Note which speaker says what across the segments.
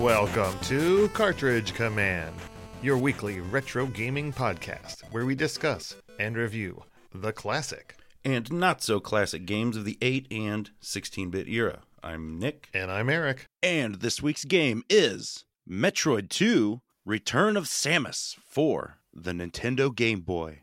Speaker 1: Welcome to Cartridge Command, your weekly retro gaming podcast where we discuss and review the classic.
Speaker 2: and not so classic games of the 8 and 16 bit era. I'm Nick,
Speaker 1: And I'm Eric.
Speaker 2: and this week's game is Metroid 2 Return of Samus for the Nintendo Game Boy.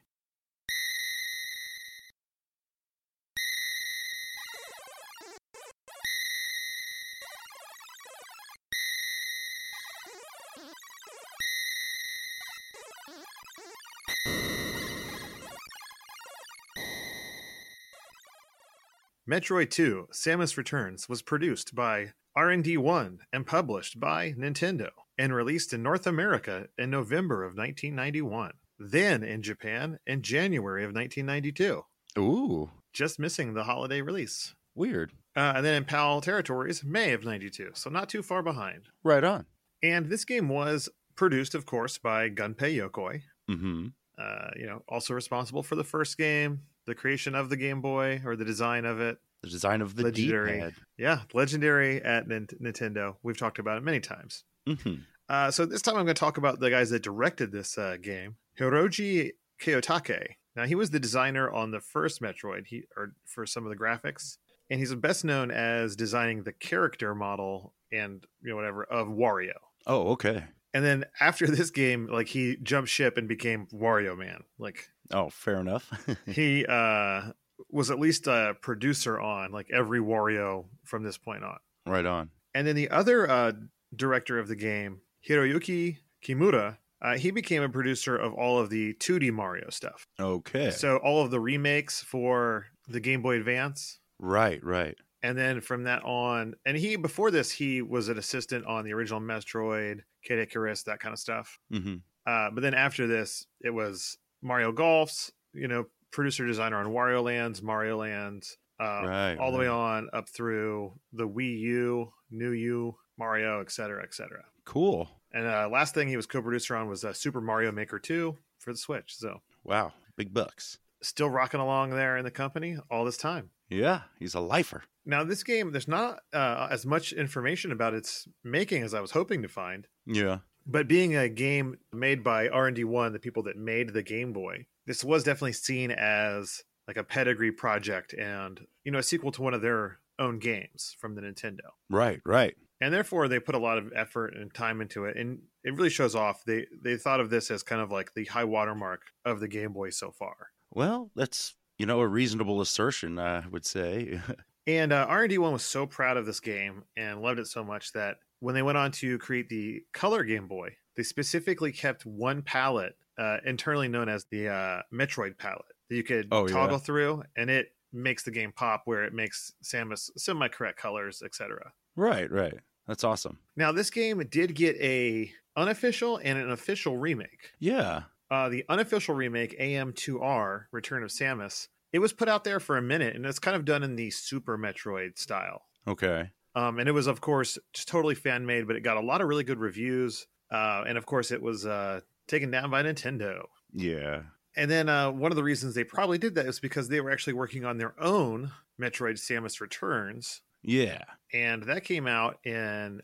Speaker 1: Metroid 2: Samus Returns was produced by R&D 1 and published by Nintendo and released in North America in November of 1991, then in Japan in January of 1992,
Speaker 2: Ooh,
Speaker 1: just missing the holiday release.
Speaker 2: weird.
Speaker 1: Uh, and then in PAL territories, May of 92, so not too far behind.
Speaker 2: Right on.
Speaker 1: And this game was produced, of course, by Gunpei Yokoi,
Speaker 2: Mm-hmm.
Speaker 1: uh, you know, also responsible for the first game, the creation of the Game Boy, or the design of it.
Speaker 2: The design of the D
Speaker 1: Legendary.
Speaker 2: pad.
Speaker 1: Yeah, legendary at Nin- Nintendo. We've talked about it many times.
Speaker 2: Mm-hmm.
Speaker 1: Uh, so this time I'm going to talk about the guys that directed this uh, game, Hiroji Kiyotake. Now he was the designer on the first Metroid, he or for some of the graphics, and he's best known as designing the character model and you know whatever of Wario.
Speaker 2: Oh, okay.
Speaker 1: And then after this game, like he jumped ship and became Wario Man. Like
Speaker 2: Oh, fair enough.
Speaker 1: he uh, was at least a producer on like every Wario from this point on.
Speaker 2: right on.
Speaker 1: And then the other uh, director of the game, Hiroyuki Kimura, uh, he became a producer of all of the 2D Mario stuff.
Speaker 2: Okay.
Speaker 1: So all of the remakes for the Game Boy Advance.
Speaker 2: right, right.
Speaker 1: And then from that on, and he, before this, he was an assistant on the original Metroid, Kid Icarus, that kind of stuff.
Speaker 2: Mm-hmm.
Speaker 1: Uh, but then after this, it was Mario Golf's, you know, producer designer on Wario Lands, Mario Lands, uh,
Speaker 2: right.
Speaker 1: all the way
Speaker 2: right.
Speaker 1: on up through the Wii U, New U, Mario, et cetera, et cetera.
Speaker 2: Cool.
Speaker 1: And uh, last thing he was co-producer on was uh, Super Mario Maker 2 for the Switch. So
Speaker 2: Wow. Big bucks.
Speaker 1: still rocking along there in the company all this time.
Speaker 2: Yeah, he's a lifer.
Speaker 1: Now this game, there's not uh, as much information about its making as I was hoping to find.
Speaker 2: Yeah.
Speaker 1: But being a game made by R&D 1, the people that made the Game Boy, this was definitely seen as like a pedigree project and, you know, a sequel to one of their own games from the Nintendo.
Speaker 2: Right, right.
Speaker 1: And therefore they put a lot of effort and time into it and it really shows off. They they thought of this as kind of like the high watermark of the Game Boy so far.
Speaker 2: Well, that's you know a reasonable assertion, I would say.
Speaker 1: And uh, R&D 1 was so proud of this game and loved it so much that when they went on to create the color Game Boy, they specifically kept one palette uh, internally known as the uh, Metroid palette that you could
Speaker 2: Oh, yeah.
Speaker 1: toggle through and it makes the game pop where it makes Samus semi-correct colors, etc.
Speaker 2: right, right. That's awesome.
Speaker 1: Now this game did get a unofficial and an official remake.
Speaker 2: Yeah.
Speaker 1: Uh, the unofficial remake AM2R Return of Samus, it was put out there for a minute and it's kind of done in the Super Metroid style.
Speaker 2: Okay.
Speaker 1: Um, and it was, of course, just totally fan made, but it got a lot of really good reviews. Uh, and of course, it was uh, taken down by Nintendo.
Speaker 2: Yeah.
Speaker 1: And then uh, one of the reasons they probably did that is because they were actually working on their own Metroid Samus Returns.
Speaker 2: Yeah.
Speaker 1: And that came out in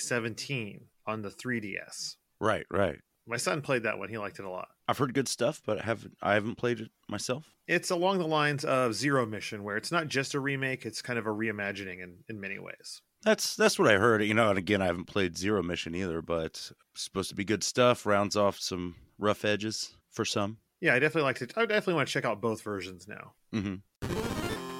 Speaker 1: 2017 on the 3DS.
Speaker 2: Right, right.
Speaker 1: My son played that one, he liked it a lot.
Speaker 2: I've heard good stuff, but I haven't I haven't played it myself.
Speaker 1: It's along the lines of Zero Mission, where it's not just a remake, it's kind of a reimagining in, in many ways.
Speaker 2: That's that's what I heard. You know, and again I haven't played Zero Mission either, but it's supposed to be good stuff, rounds off some rough edges for some.
Speaker 1: Yeah, I definitely liked it. I definitely want to check out both versions now.
Speaker 2: Mm-hmm.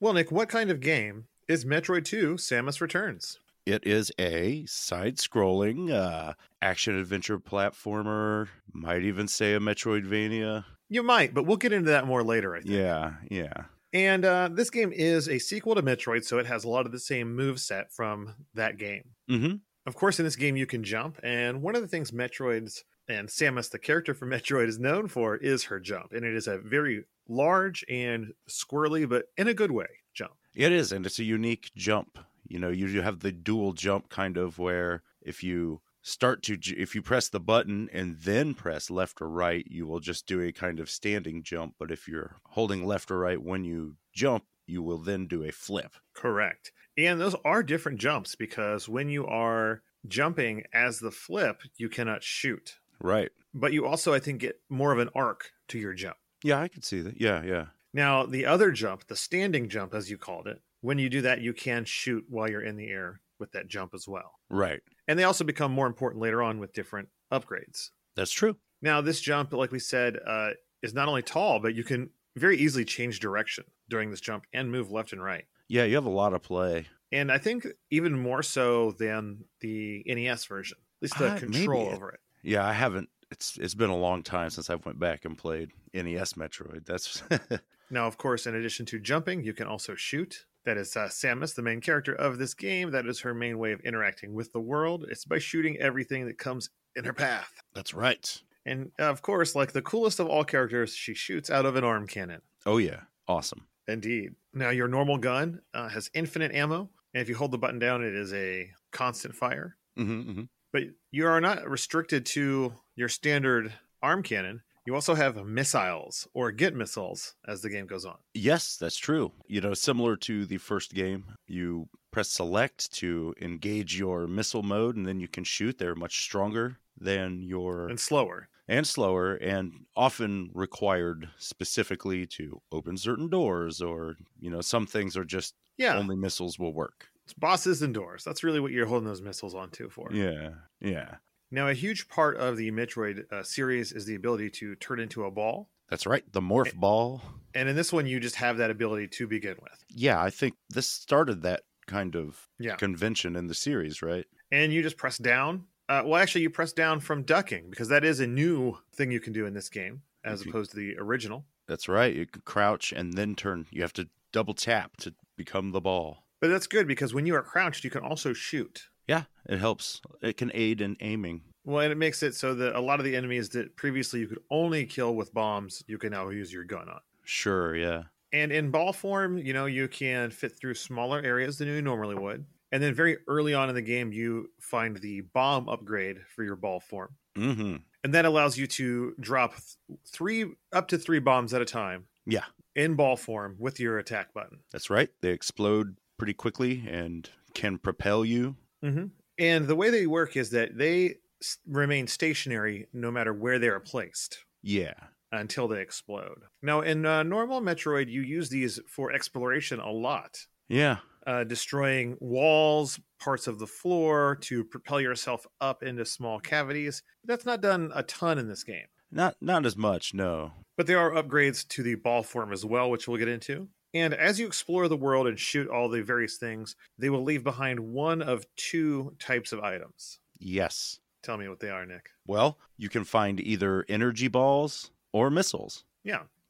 Speaker 1: Well, Nick, what kind of game is Metroid 2 Samus Returns?
Speaker 2: It is a side scrolling uh action adventure platformer, might even say a Metroidvania.
Speaker 1: You might, but we'll get into that more later, I think.
Speaker 2: Yeah, yeah.
Speaker 1: And uh, this game is a sequel to Metroid, so it has a lot of the same moveset from that game.
Speaker 2: Mm-hmm.
Speaker 1: Of course, in this game, you can jump, and one of the things Metroid's and Samus, the character from Metroid, is known for is her jump. And it is a very large and squirrely, but in a good way, jump.
Speaker 2: It is, and it's a unique jump. You know, you you have the dual jump kind of where if you start to j- if you press the button and then press left or right you will just do a kind of standing jump but if you're holding left or right when you jump you will then do a flip
Speaker 1: Correct. And those are different jumps because when you are jumping as the flip, you cannot shoot.
Speaker 2: right
Speaker 1: But you also, I think, get more of an arc to your jump.
Speaker 2: yeah i could see that yeah yeah
Speaker 1: Now, the other jump, the standing jump, as you called it, when you do that, you can shoot while you're in the air with that jump as well.
Speaker 2: right
Speaker 1: And they also become more important later on with different upgrades.
Speaker 2: that's true
Speaker 1: Now, this jump, like we said, uh, is not only tall, but you can very easily change direction during this jump and move left and right.
Speaker 2: yeah you have a lot of play
Speaker 1: and I think even more so than the NES version, at least the
Speaker 2: Uh, maybe
Speaker 1: control
Speaker 2: it-
Speaker 1: over it.
Speaker 2: yeah i haven't it's it's been a long time since i went back and played nes metroid that's
Speaker 1: Now, of course, in addition to jumping, you can also shoot. That is uh, Samus, the main character of this game. That is her main way of interacting with the world. It's by shooting everything that comes in her path.
Speaker 2: that's right
Speaker 1: And uh, of course, like the coolest of all characters, she shoots out of an arm cannon.
Speaker 2: oh yeah awesome
Speaker 1: Indeed. Now, your normal gun uh, has infinite ammo, and if you hold the button down, it is a constant fire.
Speaker 2: mm-hmm, mm-hmm.
Speaker 1: but you are not restricted to your standard arm cannon. You also have missiles or get missiles as the game goes on.
Speaker 2: Yes, that's true. You know, similar to the first game, you press select to engage your missile mode and then you can shoot. They're much stronger than your
Speaker 1: And slower.
Speaker 2: and slower and often required specifically to open certain doors or, you know, some things are just
Speaker 1: Yeah.
Speaker 2: only missiles will work.
Speaker 1: It's bosses and doors. That's really what you're holding those missiles onto for.
Speaker 2: Yeah. Yeah.
Speaker 1: Now, a huge part of the Metroid uh, series is the ability to turn into a ball.
Speaker 2: That's right. The morph
Speaker 1: Eh
Speaker 2: ball.
Speaker 1: And in this one, you just have that ability to begin with.
Speaker 2: Yeah, I think this started that kind of
Speaker 1: Yeah.
Speaker 2: convention in the series, right?
Speaker 1: And you just press down. Uh, well, actually, you press down from ducking because that is a new thing you can do in this game as
Speaker 2: If you-
Speaker 1: opposed to the original.
Speaker 2: That's right. You can crouch and then turn. You have to double tap to become the ball.
Speaker 1: But that's good because when you are crouched, you can also shoot.
Speaker 2: Yeah, it helps. It can aid in aiming.
Speaker 1: Well, and it makes it so that a lot of the enemies that previously you could only kill with bombs, you can now use your gun on.
Speaker 2: Sure, yeah.
Speaker 1: And in ball form, you know, you can fit through smaller areas than you normally would. And then very early on in the game, you find the bomb upgrade for your ball form.
Speaker 2: Mm-hmm.
Speaker 1: And that allows you to drop th- three up to three bombs at a time.
Speaker 2: Yeah.
Speaker 1: In ball form with your attack button.
Speaker 2: That's right. They explode pretty quickly and can propel you.
Speaker 1: Mm-hmm. And the way they work is that they s- remain stationary no matter where they are placed.
Speaker 2: Yeah.
Speaker 1: until they explode. Now, in uh, normal Metroid, you use these for exploration a lot,
Speaker 2: Yeah.
Speaker 1: uh, destroying walls, parts of the floor to propel yourself up into small cavities. That's not done a ton in this game,
Speaker 2: Not not as much, no.
Speaker 1: but there are upgrades to the ball form as well, which we'll get into. And as you explore the world and shoot all the various things, they will leave behind one of two types of items.
Speaker 2: Yes.
Speaker 1: Tell me what they are, Nick.
Speaker 2: Well, you can find either energy balls or missiles.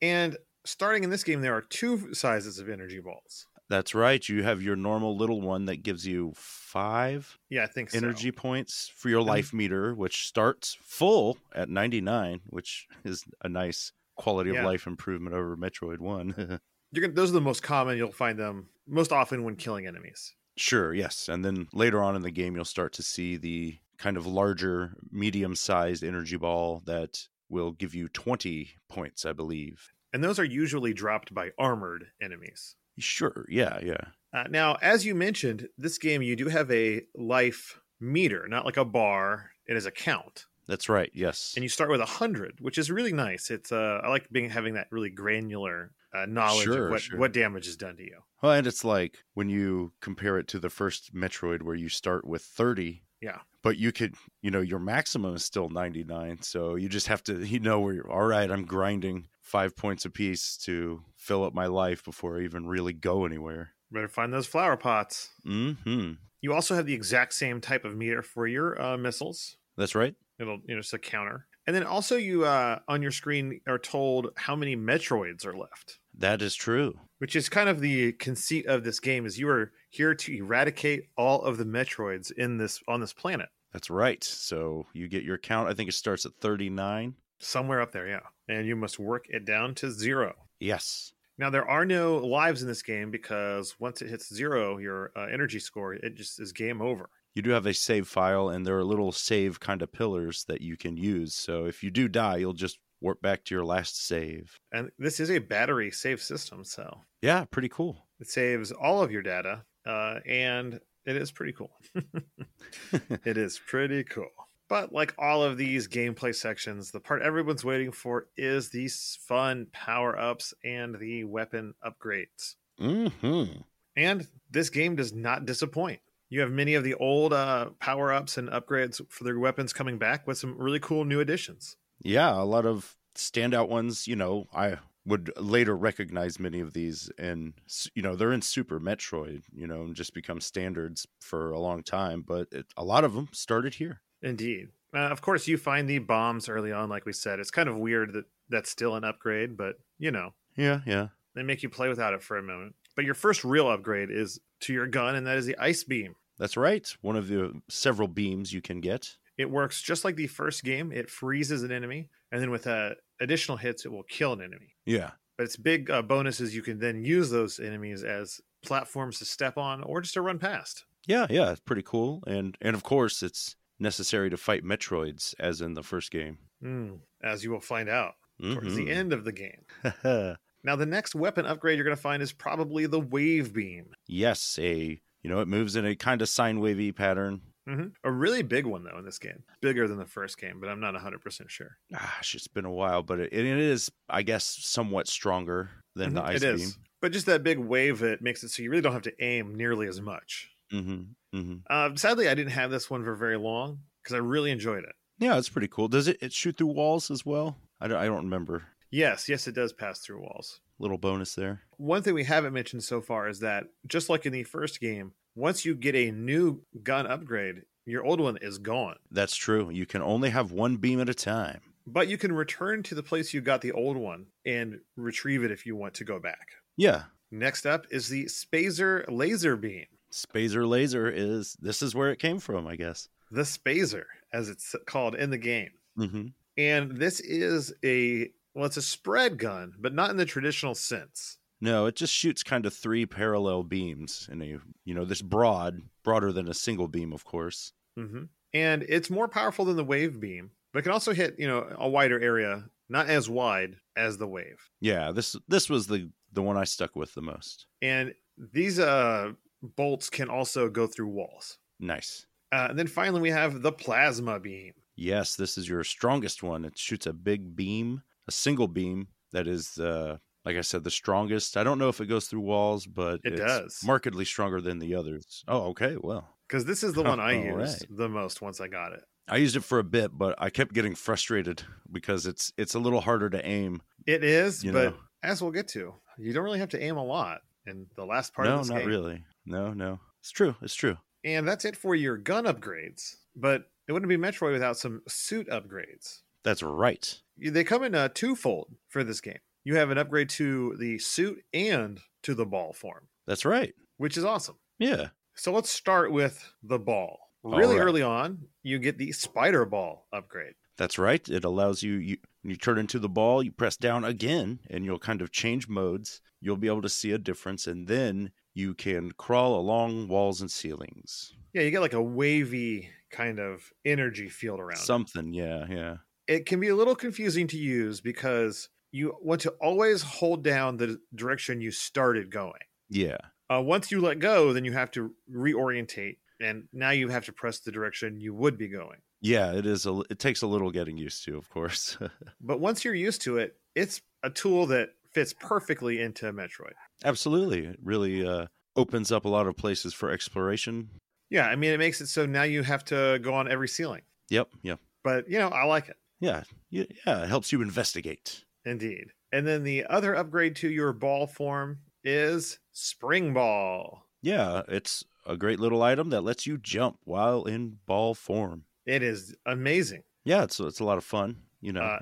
Speaker 1: And starting in this game, there are two sizes of energy balls.
Speaker 2: That's right. You have your normal little one that gives you five
Speaker 1: Yeah, I think so.
Speaker 2: energy points for your life meter, which starts full at 99, which is a nice quality of
Speaker 1: Yeah.
Speaker 2: life improvement over Metroid 1.
Speaker 1: you're gonna, those are the most common you'll find them most often when killing enemies
Speaker 2: sure, yes. And then later on in the game, you'll start to see the kind of larger, medium sized energy ball that will give you 20 points, I believe.
Speaker 1: and those are usually dropped by armored enemies
Speaker 2: Sure, yeah, yeah.
Speaker 1: uh, now as you mentioned this game you do have a life meter not like a bar it is a count
Speaker 2: That's right, yes.
Speaker 1: and you start with 100 which is really nice it's uh, i like being having that really granular uh, knowledge
Speaker 2: Sure,
Speaker 1: of what,
Speaker 2: sure.
Speaker 1: what damage is done to you
Speaker 2: Well, and it's like when you compare it to the first Metroid where you start with 30.
Speaker 1: Yeah.
Speaker 2: But you could, you know, your maximum is still 99. So you just have to, you know, where you're, all right, I'm grinding five points apiece to fill up my life before I even really go anywhere.
Speaker 1: better find those flower pots
Speaker 2: hmm
Speaker 1: you also have the exact same type of meter for your uh, missiles
Speaker 2: That's right.
Speaker 1: It'll you know it's a counter. And then also you uh on your screen are told how many Metroids are left,
Speaker 2: That is true.
Speaker 1: which is kind of the conceit of this game is you are here to eradicate all of the Metroids in this on this planet.
Speaker 2: That's right. So you get your count. I think it starts at 39.
Speaker 1: Somewhere up there, yeah. And you must work it down to zero.
Speaker 2: Yes.
Speaker 1: Now there are no lives in this game because once it hits zero, your uh, energy score it just is game over.
Speaker 2: you do have a save file and there are little save kind of pillars that you can use. So if you do die, you'll just warp back to your last save.
Speaker 1: And this is a battery save system, so
Speaker 2: Yeah, pretty cool.
Speaker 1: it saves all of your data, uh, and it is pretty cool. it is pretty cool. But like all of these gameplay sections, the part everyone's waiting for is these fun power ups and the weapon upgrades.
Speaker 2: mm-hmm.
Speaker 1: And this game does not disappoint. You have many of the old uh, power ups and upgrades for their weapons coming back with some really cool new additions.
Speaker 2: Yeah, a lot of standout ones, you know, I would later recognize many of these and you know, they're in Super Metroid, you know, and just become standards for a long time, but it, a lot of them started here.
Speaker 1: Indeed. Uh, of course, you find the bombs early on, like we said. It's kind of weird that that's still an upgrade, but you know,
Speaker 2: Yeah, yeah.
Speaker 1: They make you play without it for a moment. But your first real upgrade is to your gun, and that is the ice beam.
Speaker 2: That's right. One of the several beams you can get.
Speaker 1: It works just like the first game. It freezes an enemy, and then with uh, additional hits, it will kill an enemy.
Speaker 2: Yeah.
Speaker 1: But its big uh, bonus is you can then use those enemies as platforms to step on or just to run past.
Speaker 2: Yeah, yeah, it's pretty cool. And and of course, it's necessary to fight Metroids as in the first game.
Speaker 1: Mm, as you will find out towards
Speaker 2: Mm-hmm.
Speaker 1: the end of the game.
Speaker 2: Mhm.
Speaker 1: Now, the next weapon upgrade you're going to find is probably the wave beam.
Speaker 2: yes, a you know, it moves in a kind of sine wavy pattern.
Speaker 1: hmm A really big one, though, in this game. Bigger than the first game, but I'm not 100% sure.
Speaker 2: Gosh, it's been a while, but it, it is, I guess, somewhat stronger than the
Speaker 1: Mhm,
Speaker 2: ice
Speaker 1: it is. But just that big wave that makes it so you really don't have to aim nearly as much.
Speaker 2: beam. hmm hmm
Speaker 1: Uh, sadly, I didn't have this one for very long because I really enjoyed it.
Speaker 2: Yeah, it's pretty cool. Does it, it shoot through walls as well? I don't, I don't remember.
Speaker 1: Yes, yes, it does pass through walls.
Speaker 2: Little bonus there.
Speaker 1: One thing we haven't mentioned so far is that just like in the first game, once you get a new gun upgrade, your old one is gone.
Speaker 2: That's true. You can only have one beam at a time.
Speaker 1: But you can return to the place you got the old one and retrieve it if you want to go back.
Speaker 2: Yeah.
Speaker 1: Next up is the Spazer Laser Beam.
Speaker 2: Spazer Laser is, this is where it came from, I guess.
Speaker 1: The Spazer, as it's called in the game.
Speaker 2: Mm-hmm.
Speaker 1: and this is a well it's a spread gun but not in the traditional sense
Speaker 2: No, it just shoots kind of three parallel beams in a you know this broad, broader than a single beam, of course.
Speaker 1: mm-hmm. and it's more powerful than the wave beam but it can also hit you know a wider area not as wide as the wave
Speaker 2: Yeah, this this was the the one I stuck with the most.
Speaker 1: and these uh bolts can also go through walls
Speaker 2: Nice.
Speaker 1: uh, and then finally we have the plasma beam
Speaker 2: Yes, this is your strongest one. It shoots a big beam, a single beam that is uh like I said the strongest. I don't know if it goes through walls, but
Speaker 1: It
Speaker 2: it's
Speaker 1: does.
Speaker 2: markedly stronger than the others. Oh, okay. Well,
Speaker 1: because this is the one i
Speaker 2: All
Speaker 1: used
Speaker 2: right.
Speaker 1: the most once i got it
Speaker 2: I used it for a bit, but I kept getting frustrated because it's it's a little harder to aim.
Speaker 1: it is
Speaker 2: You
Speaker 1: but
Speaker 2: know.
Speaker 1: as we'll get to you don't really have to aim a lot in the last part
Speaker 2: no,
Speaker 1: of this
Speaker 2: not
Speaker 1: game.
Speaker 2: really. No, no. It's true. It's true.
Speaker 1: And that's it for your gun upgrades. But it wouldn't be Metroid without some suit upgrades.
Speaker 2: That's right.
Speaker 1: You- They come in a twofold for this game. You have an upgrade to the suit and to the ball form,
Speaker 2: That's right.
Speaker 1: which is awesome.
Speaker 2: Yeah.
Speaker 1: So let's start with the ball. Really
Speaker 2: Alright.
Speaker 1: early on, you get the spider ball upgrade.
Speaker 2: That's right. It allows you, you you turn into the ball, you press down again and you'll kind of change modes. You'll be able to see a difference and then you can crawl along walls and ceilings.
Speaker 1: Yeah, you get like a wavy kind of energy field around. it.
Speaker 2: Something, yeah, yeah.
Speaker 1: it can be a little confusing to use because you want to always hold down the direction you started going.
Speaker 2: Yeah.
Speaker 1: Uh, once you let go, then you have to reorientate, and now you have to press the direction you would be going.
Speaker 2: Yeah, it is a it takes a little getting used to, of course.
Speaker 1: But once you're used to it, it's a tool that fits perfectly into Metroid.
Speaker 2: Absolutely. It really uh opens up a lot of places for exploration.
Speaker 1: Yeah, I mean, it makes it so now you have to go on every ceiling.
Speaker 2: Yep, yep.
Speaker 1: But, you know, I like it.
Speaker 2: Yeah. Yeah, yeah, it helps you investigate.
Speaker 1: Indeed. And then the other upgrade to your ball form is Spring Ball.
Speaker 2: Yeah, it's a great little item that lets you jump while in ball form.
Speaker 1: It is amazing.
Speaker 2: Yeah, it's it's a lot of fun, you know.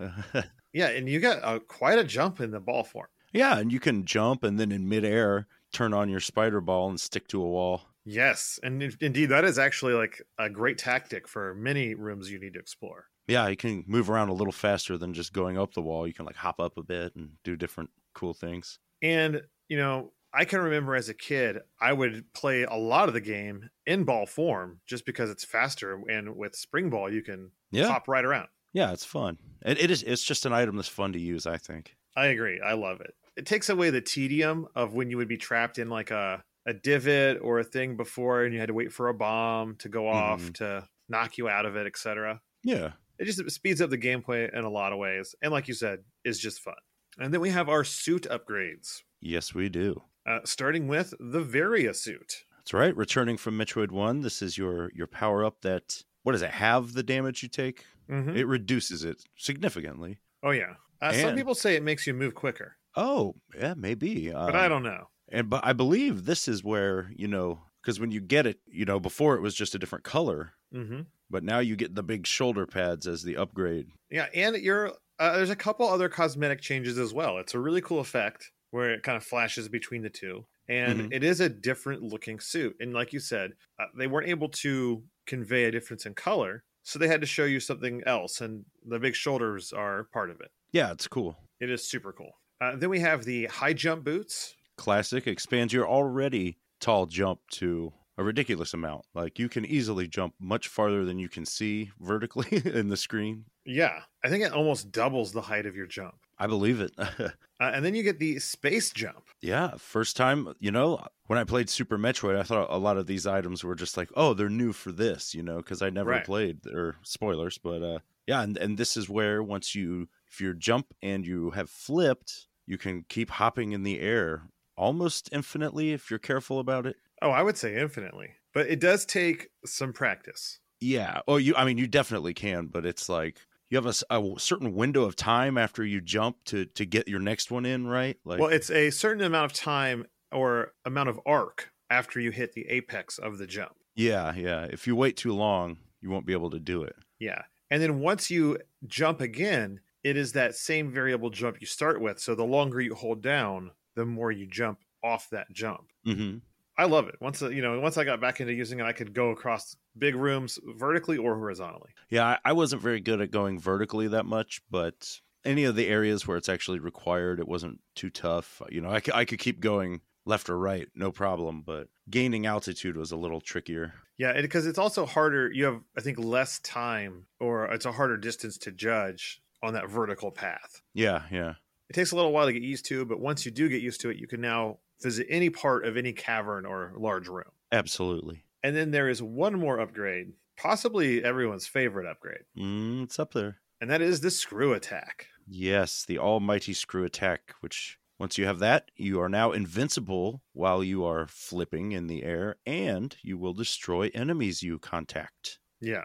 Speaker 1: Yeah, and you got uh, quite a jump in the ball form.
Speaker 2: yeah, and you can jump and then in midair turn on your spider ball and stick to a wall.
Speaker 1: Yes, and in- indeed, that is actually like a great tactic for many rooms you need to explore.
Speaker 2: Yeah, you can move around a little faster than just going up the wall. You can like hop up a bit and do different cool things.
Speaker 1: And, you know, I can remember as a kid, I would play a lot of the game in ball form just because it's faster, and with spring ball, you can
Speaker 2: Yeah.
Speaker 1: hop right around.
Speaker 2: Yeah, it's fun. It, it is. It's just an item that's fun to use. I think.
Speaker 1: I agree. I love it. It takes away the tedium of when you would be trapped in like a, a divot or a thing before and you had to wait for a bomb to go off
Speaker 2: Mhm.
Speaker 1: to knock you out of it, etc.
Speaker 2: Yeah.
Speaker 1: It just speeds up the gameplay in a lot of ways. And like you said, is just fun. And then we have our suit upgrades,
Speaker 2: Yes, we do.
Speaker 1: uh, starting with the Varia suit.
Speaker 2: That's right. Returning from Metroid One, this is your your power up. That what does it? Halve the damage you take.
Speaker 1: Mhm.
Speaker 2: It reduces it significantly.
Speaker 1: Oh, yeah. Uh, some
Speaker 2: And-
Speaker 1: people say it makes you move quicker,
Speaker 2: Oh, yeah, maybe. uh,
Speaker 1: but I don't know.
Speaker 2: And but I believe this is where you know because when you get it, you know, before it was just a different color,
Speaker 1: hmm
Speaker 2: but now you get the big shoulder pads as the upgrade.
Speaker 1: Yeah, and you're uh, there's a couple other cosmetic changes as well. It's a really cool effect where it kind of flashes between the two, and
Speaker 2: Mhm.
Speaker 1: it is a different looking suit. And like you said, uh, they weren't able to convey a difference in color, so they had to show you something else, and the big shoulders are part of it.
Speaker 2: Yeah, it's cool.
Speaker 1: It is super cool. Uh, then we have the high jump boots.
Speaker 2: Classic expands your already tall jump to a ridiculous amount. Like you can easily jump much farther than you can see vertically in the screen.
Speaker 1: Yeah, I think it almost doubles the height of your jump.
Speaker 2: I believe it.
Speaker 1: Uh, and then you get the space jump.
Speaker 2: yeah, first time, you know, when I played Super Metroid, I thought a lot of these items were just like, oh, they're new for this, you know, because I never
Speaker 1: Right.
Speaker 2: played or spoilers, but uh yeah, and, and this is where once you if you jump and you have flipped, you can keep hopping in the air almost infinitely if you're careful about it.
Speaker 1: Oh, I would say infinitely, but it does take some practice.
Speaker 2: Yeah. Oh, you. I mean, you definitely can, but it's like you have a, s- a w- certain window of time after you jump to to get your next one in, right? Like,
Speaker 1: well, it's a certain amount of time or amount of arc after you hit the apex of the jump.
Speaker 2: yeah, yeah. If you wait too long, you won't be able to do it.
Speaker 1: Yeah. And then once you jump again, it is that same variable jump you start with. So the longer you hold down, the more you jump off that jump.
Speaker 2: Mm-hmm.
Speaker 1: I love it. Once uh, you know, once I got back into using it, I could go across big rooms vertically or horizontally.
Speaker 2: Yeah, I, I wasn't very good at going vertically that much, but any of the areas where it's actually required, it wasn't too tough. You know, I, c- I could keep going left or right, no problem. But gaining altitude was a little trickier.
Speaker 1: Yeah, because it's also harder. You have, I think, less time, or it's a harder distance to judge on that vertical path.
Speaker 2: Yeah, yeah.
Speaker 1: it takes a little while to get used to, but once you do get used to it, you can now visit any part of any cavern or large room.
Speaker 2: Absolutely.
Speaker 1: And then there is one more upgrade, possibly everyone's favorite upgrade,
Speaker 2: Mm, it's up there.
Speaker 1: and that is the screw attack.
Speaker 2: Yes, the almighty screw attack, which once you have that, you are now invincible while you are flipping in the air and you will destroy enemies you contact.
Speaker 1: Yeah.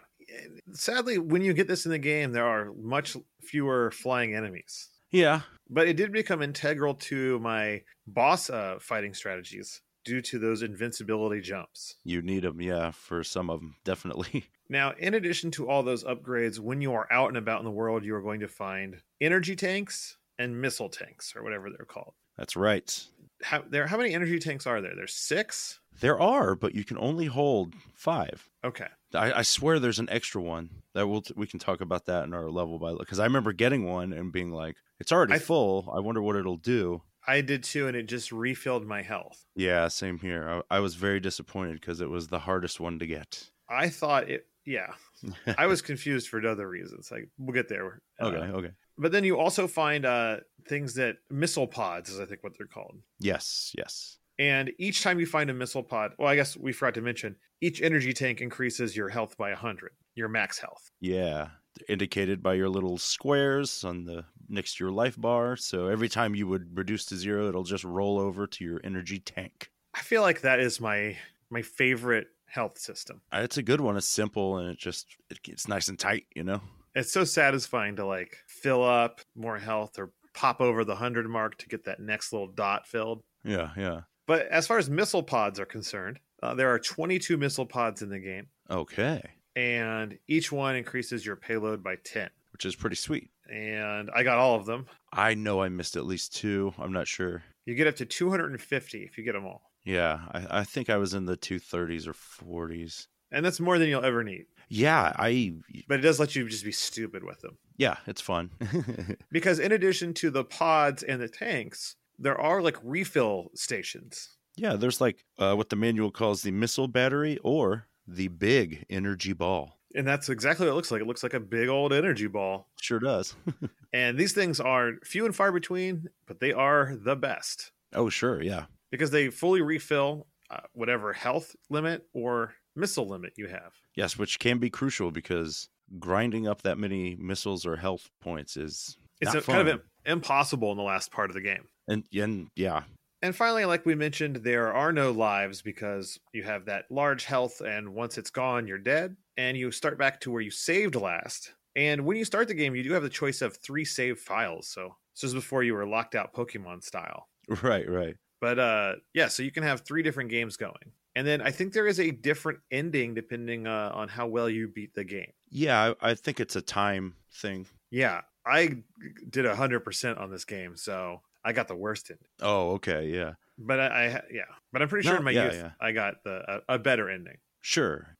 Speaker 1: Sadly, when you get this in the game, there are much fewer flying enemies.
Speaker 2: Yeah.
Speaker 1: But it did become integral to my boss uh, fighting strategies due to those invincibility jumps.
Speaker 2: You need them, yeah, for some of them, definitely.
Speaker 1: Now, in addition to all those upgrades, when you are out and about in the world, you are going to find energy tanks and missile tanks, or whatever they're called.
Speaker 2: That's right.
Speaker 1: How there? How many energy tanks are there? There's six.
Speaker 2: There are, but you can only hold five.
Speaker 1: Okay.
Speaker 2: I, I swear there's an extra one that we'll we can talk about that in our level by because I remember getting one and being like, it's already
Speaker 1: I-
Speaker 2: full. I wonder what it'll do.
Speaker 1: I did too, and it just refilled my health.
Speaker 2: Yeah, same here. I, I was very disappointed because it was the hardest one to get.
Speaker 1: I thought it. Yeah, I was confused for other reasons. Like we'll get there. Uh,
Speaker 2: Okay, okay.
Speaker 1: but then you also find uh things that missile pods is I think what they're called.
Speaker 2: Yes, yes.
Speaker 1: And each time you find a missile pod, well, I guess we forgot to mention each energy tank increases your health by hundred, your max health.
Speaker 2: Yeah. Indicated by your little squares on the next to your life bar. So every time you would reduce to zero, it'll just roll over to your energy tank.
Speaker 1: I feel like that is my my favorite health system.
Speaker 2: Uh, It's a good one. It's simple and it just it, it's nice and tight, you know?
Speaker 1: It's so satisfying to like fill up more health or pop over the 100 mark to get that next little dot filled.
Speaker 2: Yeah, yeah.
Speaker 1: But as far as missile pods are concerned, uh, there are 22 missile pods in the game
Speaker 2: Okay.
Speaker 1: and each one increases your payload by 10.
Speaker 2: Which is pretty sweet.
Speaker 1: And I got all of them.
Speaker 2: I know I missed at least two. I'm not sure.
Speaker 1: You get up to 250 if you get them all.
Speaker 2: Yeah, I, I think I was in the 230s or 40s.
Speaker 1: And that's more than you'll ever need.
Speaker 2: Yeah, I.
Speaker 1: But it does let you just be stupid with them.
Speaker 2: Yeah, it's fun.
Speaker 1: because in addition to the pods and the tanks there are like refill stations.
Speaker 2: Yeah, there's like uh, what the manual calls the missile battery or the big energy ball.
Speaker 1: And that's exactly what it looks like. It looks like a big old energy ball.
Speaker 2: Sure does.
Speaker 1: And these things are few and far between, but they are the best
Speaker 2: oh, sure. Yeah.
Speaker 1: because they fully refill uh, whatever health limit or missile limit you have.
Speaker 2: Yes, which can be crucial because grinding up that many missiles or health points is
Speaker 1: It's
Speaker 2: not
Speaker 1: a- kind of
Speaker 2: fun.
Speaker 1: im- impossible in the last part of the game.
Speaker 2: and and yeah,
Speaker 1: And finally, like we mentioned, there are no lives because you have that large health, and once it's gone, you're dead. And you start back to where you saved last. And when you start the game, you do have the choice of three save files. So this is before you were locked out Pokemon style.
Speaker 2: right, right.
Speaker 1: But uh, yeah, so you can have three different games going. And then I think there is a different ending depending uh, on how well you beat the game.
Speaker 2: Yeah, I, I think it's a time thing.
Speaker 1: Yeah, I did 100% on this game, so I got the worst ending.
Speaker 2: Oh, okay, yeah,
Speaker 1: But I, I yeah, but I'm pretty sure
Speaker 2: No,
Speaker 1: in my
Speaker 2: yeah,
Speaker 1: youth
Speaker 2: yeah.
Speaker 1: I got the a, a better ending.
Speaker 2: sure.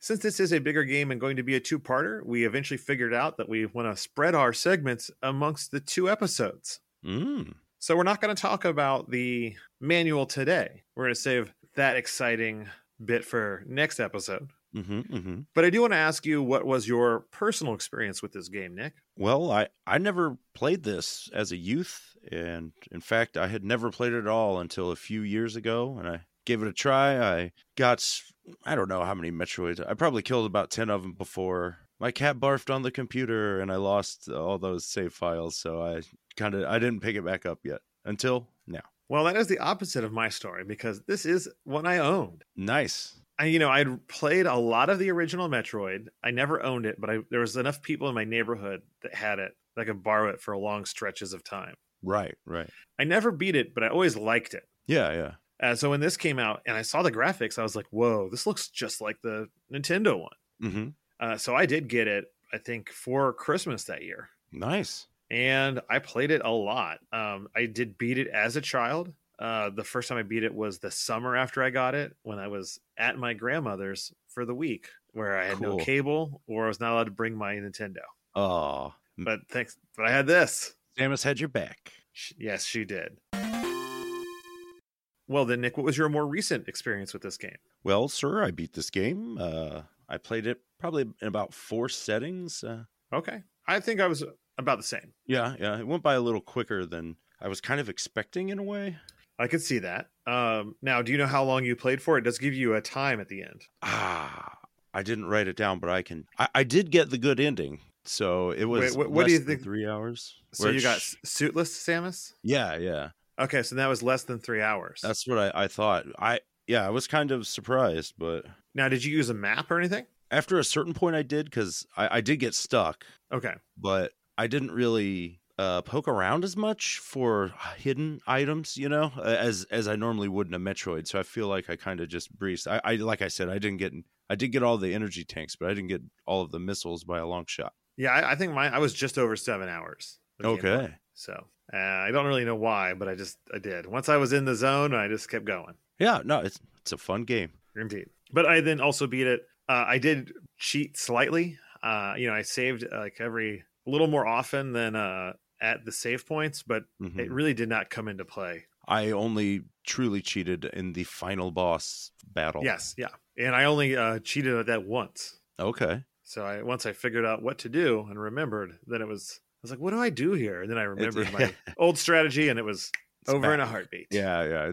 Speaker 1: Since this is a bigger game and going to be a two-parter, we eventually figured out that we want to spread our segments amongst the two episodes.
Speaker 2: Mm.
Speaker 1: So we're not going to talk about the manual today. We're going to save that exciting bit for next episode.
Speaker 2: hmm hmm
Speaker 1: But I do want to ask you what was your personal experience with this game, Nick?
Speaker 2: Well, I I never played this as a youth, and in fact, I had never played it at all until a few years ago, and I gave it a try. I got s- I don't know how many Metroids. I probably killed about ten of them before my cat barfed on the computer, and I lost all those save files. So I kind of I didn't pick it back up yet until now.
Speaker 1: Well, that is the opposite of my story because this is one I owned.
Speaker 2: Nice.
Speaker 1: I, you know, I'd played a lot of the original Metroid. I never owned it, but I, there was enough people in my neighborhood that had it that I could borrow it for long stretches of time.
Speaker 2: Right. Right.
Speaker 1: I never beat it, but I always liked it.
Speaker 2: Yeah. Yeah.
Speaker 1: Uh, so when this came out and I saw the graphics, I was like, "Whoa, this looks just like the Nintendo one."
Speaker 2: Mm-hmm.
Speaker 1: Uh, so I did get it, I think, for Christmas that year,
Speaker 2: Nice.
Speaker 1: and I played it a lot. Um, I did beat it as a child. Uh, the first time I beat it was the summer after I got it, when I was at my grandmother's for the week, where I had no
Speaker 2: Cool.
Speaker 1: cable or I was not allowed to bring my Nintendo.
Speaker 2: Oh,
Speaker 1: But thanks, but I had this.
Speaker 2: Samus had your back.
Speaker 1: Sh- Yes, she did. Well, then, Nick, what was your more recent experience with this game?
Speaker 2: Well, sir, I beat this game. Uh, I played it probably in about four settings. Uh,
Speaker 1: Okay. I think I was about the same.
Speaker 2: yeah, yeah, it went by a little quicker than I was kind of expecting in a way.
Speaker 1: I could see that. Um, now, do you know how long you played for? It does give you a time at the end.
Speaker 2: Ah, I didn't write it down, but I can. I, I did get the good ending, so it was.
Speaker 1: Wait, what- what do
Speaker 2: less
Speaker 1: you
Speaker 2: than
Speaker 1: think-
Speaker 2: Three hours.
Speaker 1: So
Speaker 2: Where
Speaker 1: you
Speaker 2: it
Speaker 1: got
Speaker 2: sh-
Speaker 1: s- suitless Samus?
Speaker 2: Yeah, yeah.
Speaker 1: Okay, so that was less than three hours.
Speaker 2: That's what I, I thought. I yeah, I was kind of surprised, but
Speaker 1: now, did you use a map or anything?
Speaker 2: after a certain point, I did because I, I did get stuck.
Speaker 1: Okay.
Speaker 2: but I didn't really uh, poke around as much for hidden items, you know, as as I normally would in a Metroid. So I feel like I kind of just breezed. I, I like I said, I didn't get I did get all the energy tanks, but I didn't get all of the missiles by a long shot.
Speaker 1: Yeah, I, I think mine, I was just over seven hours. of
Speaker 2: Okay,
Speaker 1: gameplay. So uh, I don't really know why, but I just, I did. Once I was in the zone, I just kept going.
Speaker 2: yeah, no, it's it's a fun game.
Speaker 1: Indeed. But I then also beat it. Uh, I did cheat slightly. Uh, you know, I saved uh, like every a little more often than uh, at the save points, but
Speaker 2: Mhm.
Speaker 1: it really did not come into play.
Speaker 2: I only truly cheated in the final boss battle.
Speaker 1: Yes, yeah. And I only uh, cheated at that once.
Speaker 2: Okay.
Speaker 1: So I once I figured out what to do and remembered, then it was I was like, what do I do here? And then I remembered my old strategy, and it was
Speaker 2: It's
Speaker 1: over in a
Speaker 2: back.
Speaker 1: heartbeat.
Speaker 2: Yeah, yeah.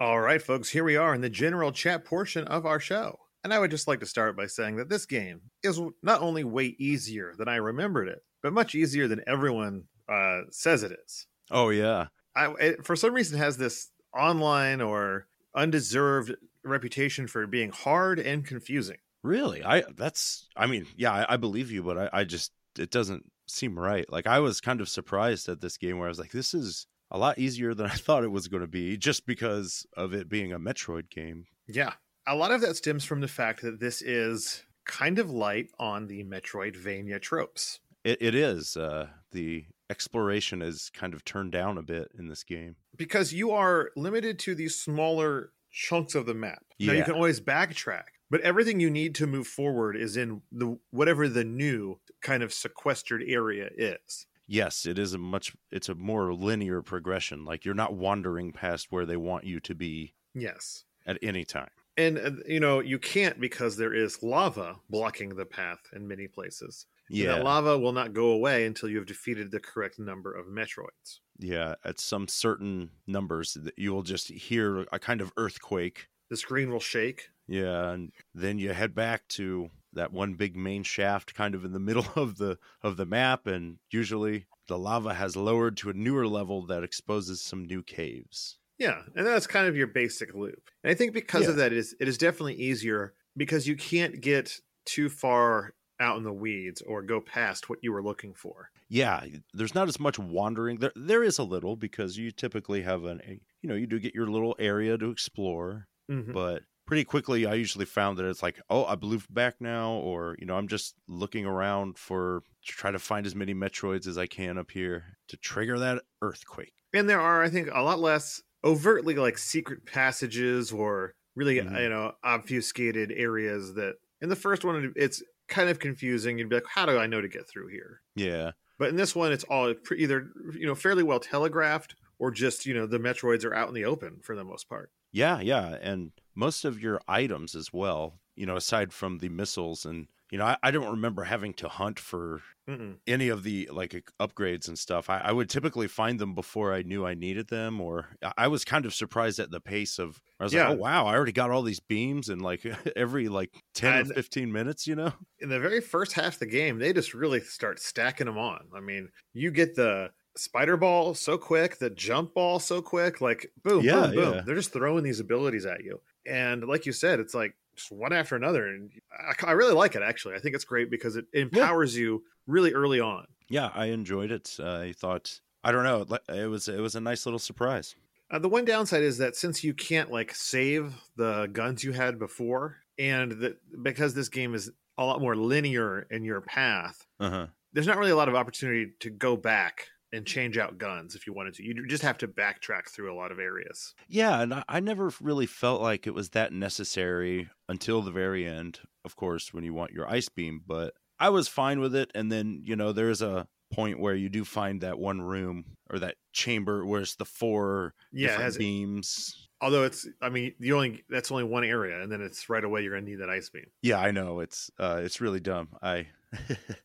Speaker 1: All right, folks, here we are in the general chat portion of our show. And I would just like to start by saying that this game is not only way easier than I remembered it, but much easier than everyone uh, says it is.
Speaker 2: Oh yeah.
Speaker 1: I, it, for some reason, has this online or undeserved reputation for being hard and confusing.
Speaker 2: Really? I that's I mean, yeah, I, I believe you, but I, I just it doesn't seem right. Like I was kind of surprised at this game where I was like, this is a lot easier than I thought it was going to be, just because of it being a Metroid game.
Speaker 1: Yeah. A lot of that stems from the fact that this is kind of light on the Metroidvania tropes.
Speaker 2: It, it is. Uh, the exploration is kind of turned down a bit in this game.
Speaker 1: Because you are limited to these smaller chunks of the map. Now you
Speaker 2: Yeah.
Speaker 1: can always backtrack, but everything you need to move forward is in the whatever the new kind of sequestered area is.
Speaker 2: Yes, it is a much. It's a more linear progression. Like you're not wandering past where they want you to be
Speaker 1: Yes.
Speaker 2: at any time.
Speaker 1: And uh, you know, you can't because there is lava blocking the path in many places. And
Speaker 2: Yeah,
Speaker 1: that lava will not go away until you have defeated the correct number of Metroids.
Speaker 2: yeah. At some certain numbers, that you will just hear a kind of earthquake.
Speaker 1: The screen will shake.
Speaker 2: Yeah, and then you head back to that one big main shaft, kind of in the middle of the of the map, and usually the lava has lowered to a newer level that exposes some new caves.
Speaker 1: Yeah, and that's kind of your basic loop. And I think because of that, it is it is definitely easier because you can't get too far out in the weeds or go past what you were looking for.
Speaker 2: yeah there's not as much wandering there there is a little because you typically have an you know you do get your little area to explore
Speaker 1: Mhm.
Speaker 2: but pretty quickly i usually found that it's like oh i blew back now or you know i'm just looking around for to try to find as many metroids as i can up here to trigger that earthquake
Speaker 1: And there are, I think, a lot less overtly like secret passages or really uh,
Speaker 2: Mhm.
Speaker 1: you know obfuscated areas that in the first one it's kind of confusing. You'd be like, how do I know to get through here?
Speaker 2: yeah
Speaker 1: But in this one, it's all pre- either you know fairly well telegraphed or just you know the Metroids are out in the open for the most part.
Speaker 2: yeah yeah and most of your items as well you know aside from the missiles and you know i, I don't remember having to hunt for
Speaker 1: Mm-mm.
Speaker 2: any of the like ec- upgrades and stuff I, I would typically find them before i knew i needed them or I- i was kind of surprised at the pace of i was
Speaker 1: Yeah.
Speaker 2: like oh wow i already got all these beams in like every like 10
Speaker 1: And-
Speaker 2: or 15 minutes you know
Speaker 1: in the very first half of the game, they just really start stacking them on. I mean, you get the spider ball so quick, the jump ball so quick, like boom,
Speaker 2: Yeah,
Speaker 1: boom, boom.
Speaker 2: yeah.
Speaker 1: They're just throwing these abilities at you. And like you said, it's like just one after another. And I, I really like it, actually. I think it's great because it empowers you really early on.
Speaker 2: yeah i enjoyed it i thought i don't know like, it was it was a nice little surprise
Speaker 1: Uh, the one downside is that since you can't like save the guns you had before, and that because this game is a lot more linear in your path,
Speaker 2: uh-huh
Speaker 1: there's not really a lot of opportunity to go back and change out guns if you wanted to. You just have to backtrack through a lot of areas.
Speaker 2: yeah and I, I never really felt like it was that necessary until the very end of course when you want your ice beam but i was fine with it and then you know there's a point where you do find that one room or that chamber where it's the four
Speaker 1: Yeah, it
Speaker 2: different
Speaker 1: has,
Speaker 2: beams
Speaker 1: although it's I mean, you only that's only one area and then it's right away you're going to need that ice beam.
Speaker 2: yeah i know it's uh it's really dumb i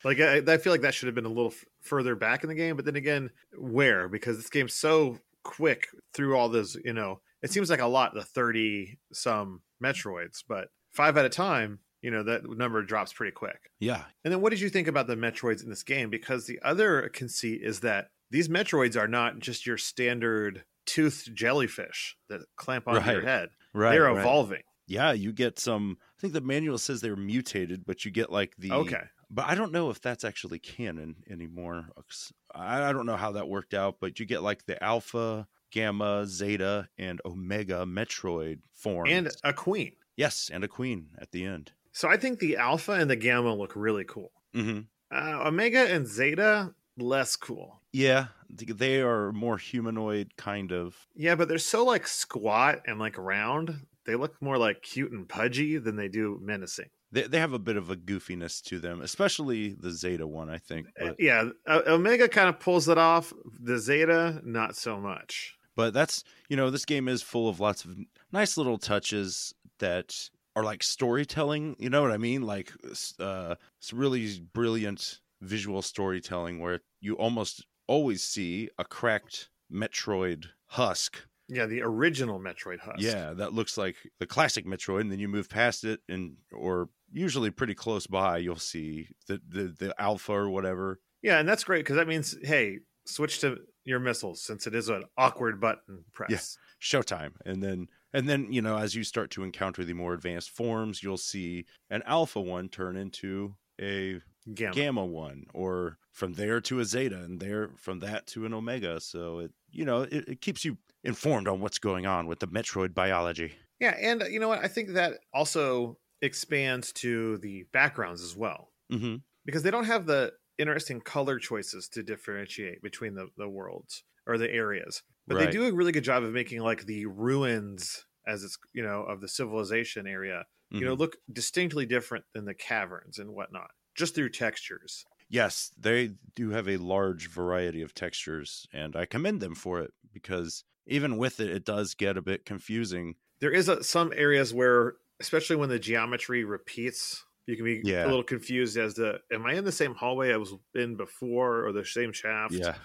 Speaker 1: Like I, I feel like that should have been a little f- further back in the game, but then again, where because this game's so quick through all those, you know, it seems like a lot the 30 some metroids, but 5 at a time, you know, that number drops pretty quick.
Speaker 2: yeah
Speaker 1: And then what did you think about the Metroids in this game? Because the other conceit is that these Metroids are not just your standard toothed jellyfish that clamp onto your
Speaker 2: Right,
Speaker 1: head.
Speaker 2: right
Speaker 1: They're
Speaker 2: right.
Speaker 1: evolving.
Speaker 2: yeah you get some i think the manual says they're mutated but you get like the
Speaker 1: Okay.
Speaker 2: but I don't know if that's actually canon anymore. uh, 'cause I I don't know how that worked out, but you get like the alpha, gamma, zeta, and omega Metroid forms.
Speaker 1: And a queen.
Speaker 2: yes, and a queen at the end.
Speaker 1: So I think the Alpha and the Gamma look really cool.
Speaker 2: hmm
Speaker 1: Uh, Omega and Zeta, less cool.
Speaker 2: Yeah, th- they are more humanoid, kind of.
Speaker 1: Yeah, but they're so like squat and like round. They look more like cute and pudgy than they do menacing.
Speaker 2: They, they have a bit of a goofiness to them, especially the zeta one. I think,
Speaker 1: Uh,
Speaker 2: but,
Speaker 1: Yeah, uh, Omega kind of pulls it off. The Zeta, not so much.
Speaker 2: but that's you know this game is full of lots of nice little touches that are like storytelling you know what i mean like s- uh it's really brilliant visual storytelling where you almost always see a cracked metroid husk
Speaker 1: Yeah, the original Metroid Husk.
Speaker 2: yeah that looks like the classic metroid and then you move past it and or usually pretty close by you'll see the the, the alpha or whatever
Speaker 1: Yeah, and that's great because that means, hey, switch to your missiles since it is an awkward button press.
Speaker 2: showtime and then and then you know as you start to encounter the more advanced forms you'll see an alpha one turn into a
Speaker 1: Gamma.
Speaker 2: gamma one or from there to a zeta and there from that to an omega so it you know it, it keeps you informed on what's going on with the metroid biology
Speaker 1: Yeah, and uh, you know what? I think that also expands to the backgrounds as well
Speaker 2: mm-hmm.
Speaker 1: because they don't have the interesting color choices to differentiate between the, the worlds or the areas. But they
Speaker 2: Right.
Speaker 1: do a really good job of making like the ruins as it's you know of the civilization area, you
Speaker 2: Mm-hmm.
Speaker 1: know, look distinctly different than the caverns and whatnot, just through textures.
Speaker 2: yes they do have a large variety of textures and i commend them for it because even with it it does get a bit confusing
Speaker 1: There is a, some areas where, especially when the geometry repeats, you can be
Speaker 2: Yeah.
Speaker 1: a little confused as to am I in the same hallway I was in before or the same shaft?
Speaker 2: yeah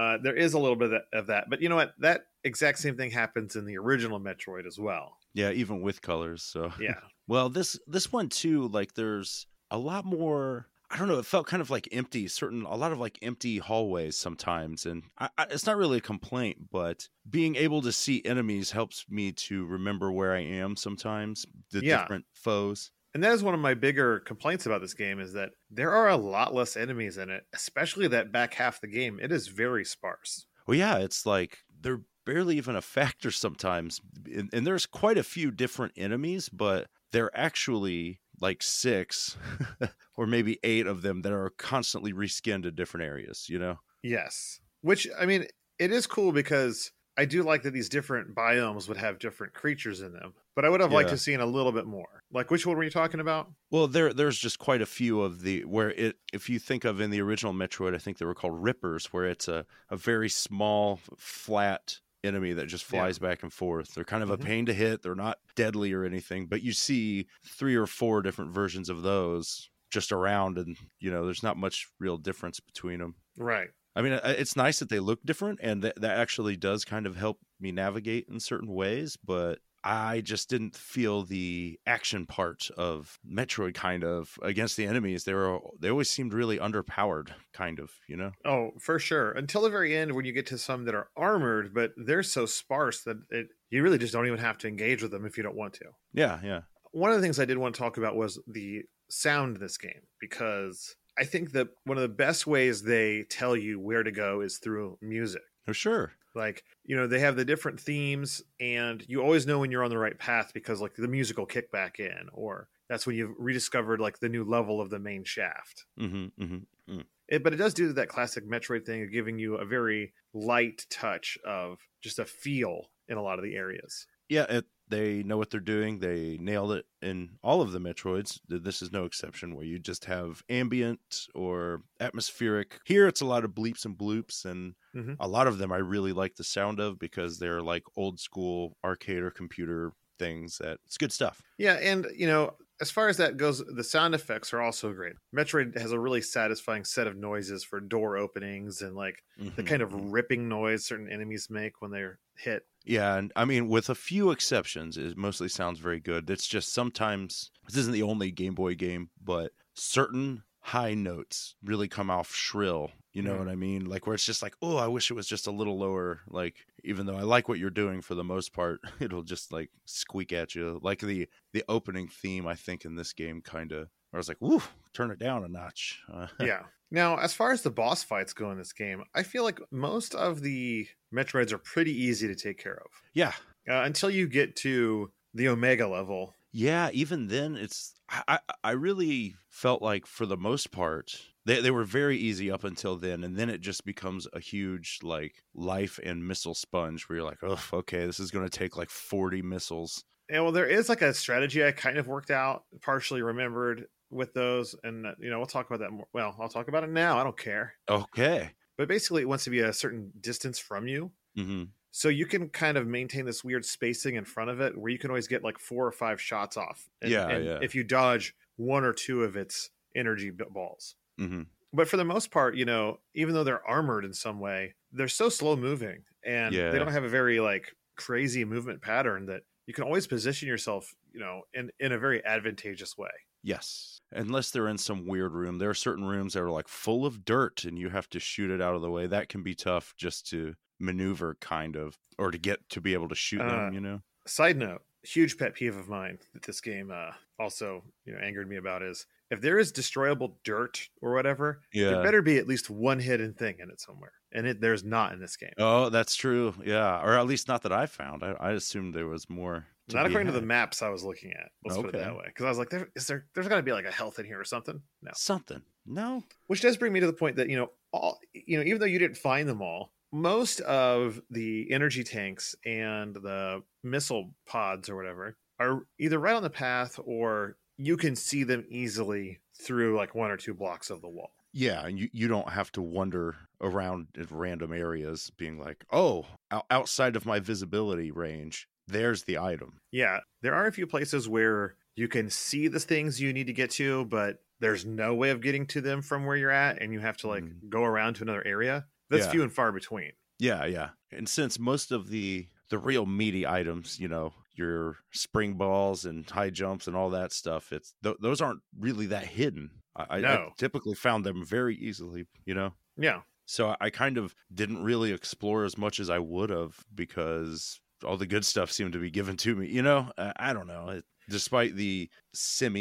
Speaker 1: Uh, there is a little bit of that, of that, but you know what? That exact same thing happens in the original Metroid as well.
Speaker 2: yeah even with colors so
Speaker 1: Yeah,
Speaker 2: Well, this this one too, like there's a lot more. I don't know. It felt kind of like empty. Certain a lot of like empty hallways sometimes, and I, I, it's not really a complaint, but being able to see enemies helps me to remember where I am sometimes. The
Speaker 1: Yeah.
Speaker 2: different foes.
Speaker 1: and that is one of my bigger complaints about this game is that there are a lot less enemies in it, especially that back half of the game. It is very sparse.
Speaker 2: Well, yeah, it's like they're barely even a factor sometimes, and, and there's quite a few different enemies, but they're actually like six or maybe eight of them that are constantly reskinned to different areas. You know.
Speaker 1: Yes, which I mean, it is cool because I do like that these different biomes would have different creatures in them, but I would have liked to
Speaker 2: Yeah.
Speaker 1: have seen a little bit more. Like which one were you talking about?
Speaker 2: Well, there there's just quite a few of the where it if you think of in the original Metroid, I think they were called Rippers, where it's a, a very small, flat enemy that just
Speaker 1: Yeah.
Speaker 2: flies back and forth. They're kind of
Speaker 1: Mhm.
Speaker 2: a pain to hit. They're not deadly or anything, but you see three or four different versions of those just around, and you know there's not much real difference between them.
Speaker 1: Right.
Speaker 2: I mean, I- it's nice that they look different, and that that actually does kind of help me navigate in certain ways. But I just didn't feel the action part of Metroid kind of against the enemies. They were they always seemed really underpowered, kind of, you know.
Speaker 1: Oh, for sure. Until the very end, when you get to some that are armored, but they're so sparse that it, you really just don't even have to engage with them if you don't want to.
Speaker 2: Yeah, yeah,
Speaker 1: One of the things I did want to talk about was the sound in this game, because I think that one of the best ways they tell you where to go is through music.
Speaker 2: for sure.
Speaker 1: Like, you know, they have the different themes, and you always know when you're on the right path because, like, the musical kick back in, or that's when you've rediscovered, like, the new level of the main shaft.
Speaker 2: hmm hmm
Speaker 1: It, but it does do that classic Metroid thing of giving you a very light touch of just a feel in a lot of the areas.
Speaker 2: Yeah, it, they know what they're doing. They nailed it in all of the Metroids. Th- This is no exception where you just have ambient or atmospheric. Here it's a lot of bleeps and bloops, and
Speaker 1: Mhm.
Speaker 2: a lot of them I really like the sound of because they're like old school arcade or computer things that it's good stuff.
Speaker 1: Yeah, and you know, as far as that goes, the sound effects are also great. Metroid has a really satisfying set of noises for door openings and like the kind of ripping noise certain enemies make when they're hit.
Speaker 2: Yeah, and I mean, with a few exceptions, it mostly sounds very good. It's just sometimes this isn't the only Game Boy game, but certain high notes really come off shrill. You know
Speaker 1: Mhm.
Speaker 2: what I mean? Like where it's just like, oh, I wish it was just a little lower. Like even though I like what you're doing for the most part, it'll just like squeak at you. Like the the opening theme, I think in this game, kind of. I was like, woo, turn it down a notch. Uh,
Speaker 1: yeah. Now, as far as the boss fights go in this game, I feel like most of the Metroids are pretty easy to take care of
Speaker 2: yeah,
Speaker 1: uh, until you get to the Omega level.
Speaker 2: Yeah, even then, it's I, I- I really felt like for the most part they they were very easy up until then, and then it just becomes a huge like life and missile sponge where you're like, oh, okay, this is gonna take like forty missiles.
Speaker 1: Yeah, well, there is like a strategy I kind of worked out, partially remembered with those, and uh, you know we'll talk about that more. Well, I'll talk about it now. I don't care.
Speaker 2: Okay,
Speaker 1: But basically, it wants to be a certain distance from you,
Speaker 2: hmm
Speaker 1: so you can kind of maintain this weird spacing in front of it, where you can always get like four or five shots off.
Speaker 2: Yeah, yeah.
Speaker 1: If you dodge one or two of its energy b- balls,
Speaker 2: hmm
Speaker 1: but for the most part, you know, even though they're armored in some way, they're so slow moving and
Speaker 2: Yeah.
Speaker 1: they don't have a very like crazy movement pattern that you can always position yourself, you know, in in a very advantageous way.
Speaker 2: yes. Unless they're in some weird room, there are certain rooms that are like full of dirt, and you have to shoot it out of the way. That can be tough just to maneuver, kind of, or to get to be able to shoot
Speaker 1: Uh,
Speaker 2: them. You know.
Speaker 1: Side note, huge pet peeve of mine that this game uh, also you know angered me about is if there is destroyable dirt or whatever, there
Speaker 2: Yeah.
Speaker 1: better be at least one hidden thing in it somewhere, and it, there's not in this game.
Speaker 2: Oh, that's true. Yeah, or at least not that I found. I, I assumed there was more. to
Speaker 1: not
Speaker 2: be
Speaker 1: according to the
Speaker 2: had.
Speaker 1: maps I was looking at. Let's put it
Speaker 2: Okay.
Speaker 1: that way, because I was like, there is there there's got to be like a health in here or something. No,
Speaker 2: Something. No.
Speaker 1: which does bring me to the point that you know all you know even though you didn't find them all most of the energy tanks and the missile pods or whatever are either right on the path or you can see them easily through like one or two blocks of the wall
Speaker 2: Yeah, and you, you don't have to wander around at random areas, being like, oh, ou- outside of my visibility range, there's the item.
Speaker 1: yeah there are a few places where you can see the things you need to get to but there's no way of getting to them from where you're at and you have to like
Speaker 2: Mm.
Speaker 1: go around to another area that's
Speaker 2: Yeah.
Speaker 1: few and far between
Speaker 2: Yeah, yeah. And since most of the the real meaty items, you know, your spring balls and high jumps and all that stuff, it's th- those aren't really that hidden. I, I, I
Speaker 1: No.
Speaker 2: typically found them very easily, you know.
Speaker 1: yeah
Speaker 2: So I- I kind of didn't really explore as much as I would have because all the good stuff seemed to be given to me. You know, I, I don't know. It, despite the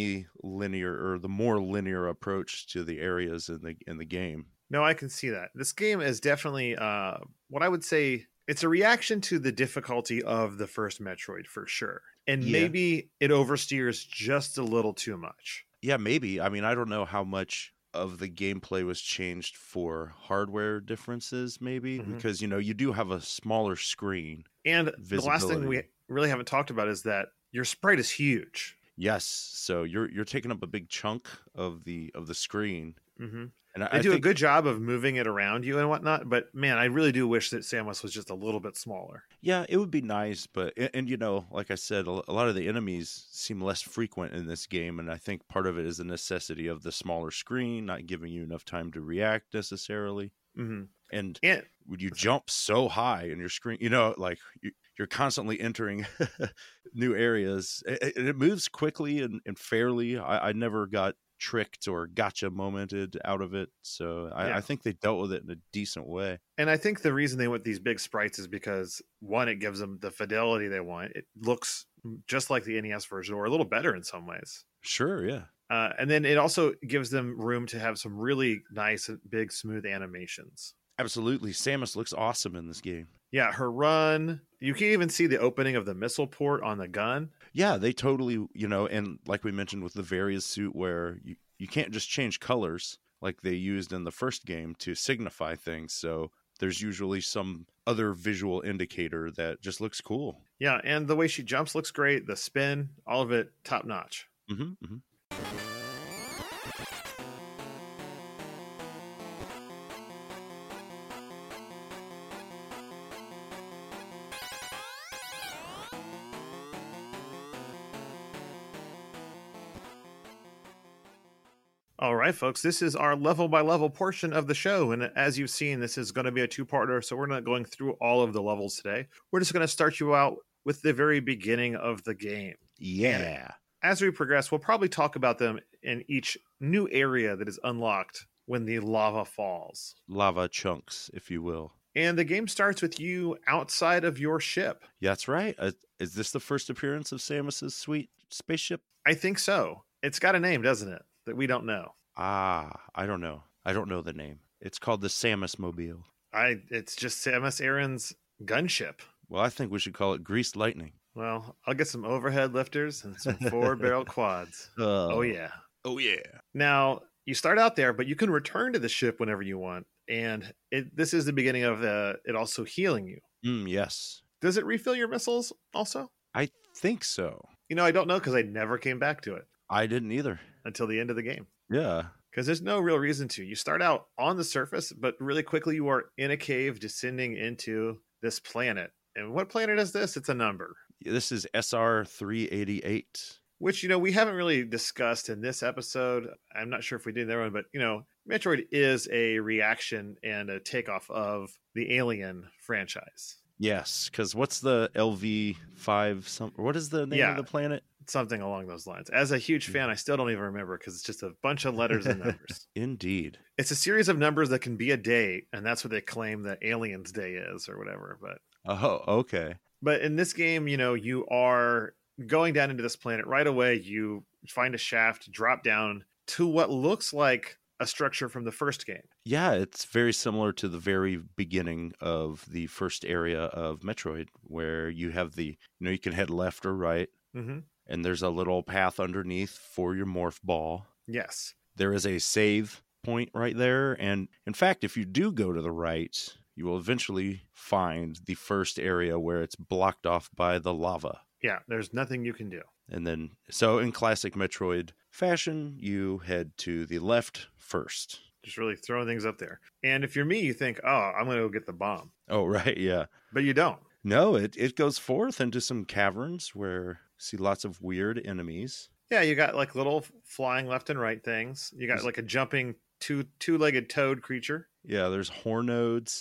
Speaker 2: semi-linear or the more linear approach to the areas in the in the game.
Speaker 1: No, I can see that. This game is definitely uh, what I would say. It's a reaction to the difficulty of the first Metroid for sure, and
Speaker 2: Yeah.
Speaker 1: maybe it oversteers just a little too much.
Speaker 2: Yeah, maybe. I mean, I don't know how much of the gameplay was changed for hardware differences maybe
Speaker 1: Mhm.
Speaker 2: because you know you do have a smaller screen
Speaker 1: And the last thing we
Speaker 2: Visibility.
Speaker 1: really haven't talked about is that your sprite is huge.
Speaker 2: yes so you're you're taking up a big chunk of the of the screen
Speaker 1: hmm
Speaker 2: and
Speaker 1: They
Speaker 2: i, Mm-hmm. I
Speaker 1: do
Speaker 2: think
Speaker 1: a good job of moving it around you and whatnot, but man, I really do wish that Samus was just a little bit smaller.
Speaker 2: Yeah, it would be nice, but and, and you know, like I said, a l- a lot of the enemies seem less frequent in this game, and I think part of it is the necessity of the smaller screen not giving you enough time to react necessarily,
Speaker 1: hmm
Speaker 2: and
Speaker 1: And
Speaker 2: would you jump so high in your screen? You know, like you, you're constantly entering new areas, A- a- and it moves quickly and, and fairly. I, I never got tricked or gotcha momented out of it, so I,
Speaker 1: Yeah.
Speaker 2: I think they dealt with it in a decent way.
Speaker 1: And I think the reason they want these big sprites is because one, it gives them the fidelity they want. It looks just like the NES version, or a little better in some ways.
Speaker 2: Sure, yeah.
Speaker 1: Uh, and then it also gives them room to have some really nice, and big, smooth animations.
Speaker 2: Absolutely. Samus looks awesome in this game.
Speaker 1: Yeah, her run. You can even see the opening of the missile port on the gun.
Speaker 2: Yeah, they totally, you know, and like we mentioned with the various suit where you, you can't just change colors like they used in the first game to signify things. So there's usually some other visual indicator that just looks cool.
Speaker 1: Yeah, and the way she jumps looks great. The spin, all of it, top notch.
Speaker 2: hmm hmm
Speaker 1: All right, folks, this is our level by level portion of the show. And as you've seen, this is going to be a two parter. So we're not going through all of the levels today. We're just going to start you out with the very beginning of the game.
Speaker 2: Yeah.
Speaker 1: As we progress, we'll probably talk about them in each new area that is unlocked when the lava falls.
Speaker 2: Lava chunks, if you will.
Speaker 1: And the game starts with you outside of your ship.
Speaker 2: Yeah, that's right. Uh, is this the first appearance of Samus's sweet spaceship?
Speaker 1: I think so. It's got a name, doesn't it? That we don't know.
Speaker 2: Ah, I don't know. I don't know the name. It's called the Samus Mobile.
Speaker 1: I it's just Samus Aran's gunship.
Speaker 2: Well, I think we should call it Greased Lightning.
Speaker 1: Well, I'll get some overhead lifters and some forward barrel quads. Oh yeah.
Speaker 2: Oh yeah.
Speaker 1: Now, you start out there, but you can return to the ship whenever you want. And it, this is the beginning of uh, it also healing you.
Speaker 2: Mm, yes,
Speaker 1: Does it refill your missiles also?
Speaker 2: I think so.
Speaker 1: You know, I don't know because I never came back to it
Speaker 2: I didn't either.
Speaker 1: until the end of the game.
Speaker 2: Yeah.
Speaker 1: Because there's no real reason to. You start out on the surface, but really quickly you are in a cave descending into this planet. And what planet is this? It's a number,
Speaker 2: This is SR 388.
Speaker 1: which, you know, we haven't really discussed in this episode. I'm not sure if we did in that one, but, you know, Metroid is a reaction and a takeoff of the Alien franchise,
Speaker 2: Yes, because what's the LV five? Some what is the name
Speaker 1: Yeah.
Speaker 2: of the planet?
Speaker 1: something along those lines. As a huge fan, I still don't even remember because it's just a bunch of letters and numbers.
Speaker 2: Indeed.
Speaker 1: it's a series of numbers that can be a day and that's what they claim that aliens day is or whatever but
Speaker 2: Oh, okay.
Speaker 1: but in this game you know you are going down into this planet right away you find a shaft drop down to what looks like a structure from the first game
Speaker 2: Yeah, it's very similar to the very beginning of the first area of Metroid, where you have the, you know, you can head left or right,
Speaker 1: hmm
Speaker 2: and there's a little path underneath for your morph ball.
Speaker 1: yes
Speaker 2: There is a save point right there. And in fact, if you do go to the right, you will eventually find the first area where it's blocked off by the lava.
Speaker 1: yeah there's nothing you can do
Speaker 2: And then, so in classic Metroid fashion, you head to the left first.
Speaker 1: just really throwing things up there and if you're me you think oh i'm gonna go get the bomb
Speaker 2: Oh, right. Yeah.
Speaker 1: but you don't
Speaker 2: No, it, it goes forth into some caverns where you see lots of weird enemies.
Speaker 1: yeah you got like little flying left and right things you got
Speaker 2: Is-
Speaker 1: like a jumping two two-legged toad creature
Speaker 2: Yeah, there's hornodes,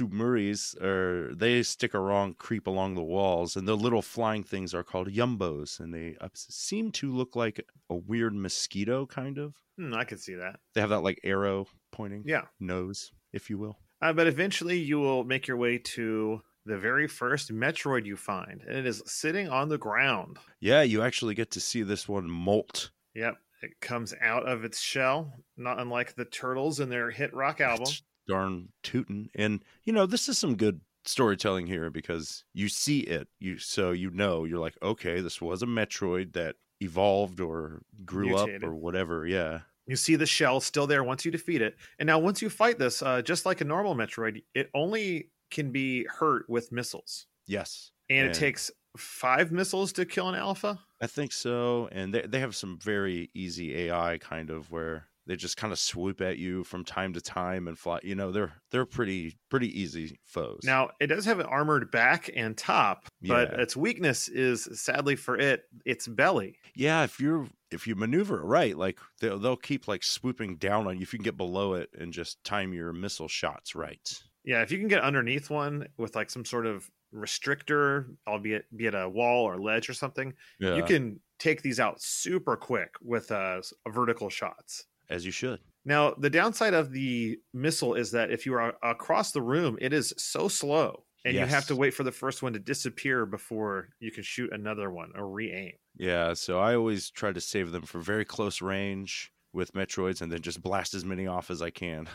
Speaker 2: sumeris, or they stick around, creep along the walls, and the little flying things are called yumbos, and they up- seem to look like a weird mosquito, kind of.
Speaker 1: hmm, i could see that
Speaker 2: They have that like arrow pointing
Speaker 1: yeah
Speaker 2: nose, if you will.
Speaker 1: Uh, but eventually, you will make your way to the very first Metroid you find, and it is sitting on the ground.
Speaker 2: Yeah, you actually get to see this one molt.
Speaker 1: Yep, it comes out of its shell, not unlike the turtles in their hit rock album.
Speaker 2: That's darn tootin'. And you know, this is some good storytelling here because you see it, you so you know you're like, okay, this was a Metroid that evolved or grew
Speaker 1: Mutated.
Speaker 2: up or whatever. Yeah.
Speaker 1: You see the shell still there once you defeat it, and now once you fight this, uh, just like a normal Metroid, it only can be hurt with missiles,
Speaker 2: Yes.
Speaker 1: and
Speaker 2: Yeah.
Speaker 1: it takes five missiles to kill an alpha.
Speaker 2: I think so. And they they have some very easy AI kind of where they just kind of swoop at you from time to time and fly. You know, they're they're pretty pretty easy foes.
Speaker 1: Now it does have an armored back and top, but
Speaker 2: Yeah.
Speaker 1: its weakness is sadly for it its belly.
Speaker 2: yeah, if you're if you maneuver it right, like they'll they'll keep like swooping down on you if you can get below it and just time your missile shots right.
Speaker 1: Yeah, if you can get underneath one with like some sort of restrictor, albeit be it a wall or ledge or something,
Speaker 2: Yeah.
Speaker 1: you can take these out super quick with uh, s- vertical shots.
Speaker 2: as you should.
Speaker 1: Now, the downside of the missile is that if you are a- across the room, it is so slow, and you have
Speaker 2: Yes.
Speaker 1: to wait for the first one to disappear before you can shoot another one or re-aim.
Speaker 2: Yeah, so I always try to save them for very close range with Metroids and then just blast as many off as I can.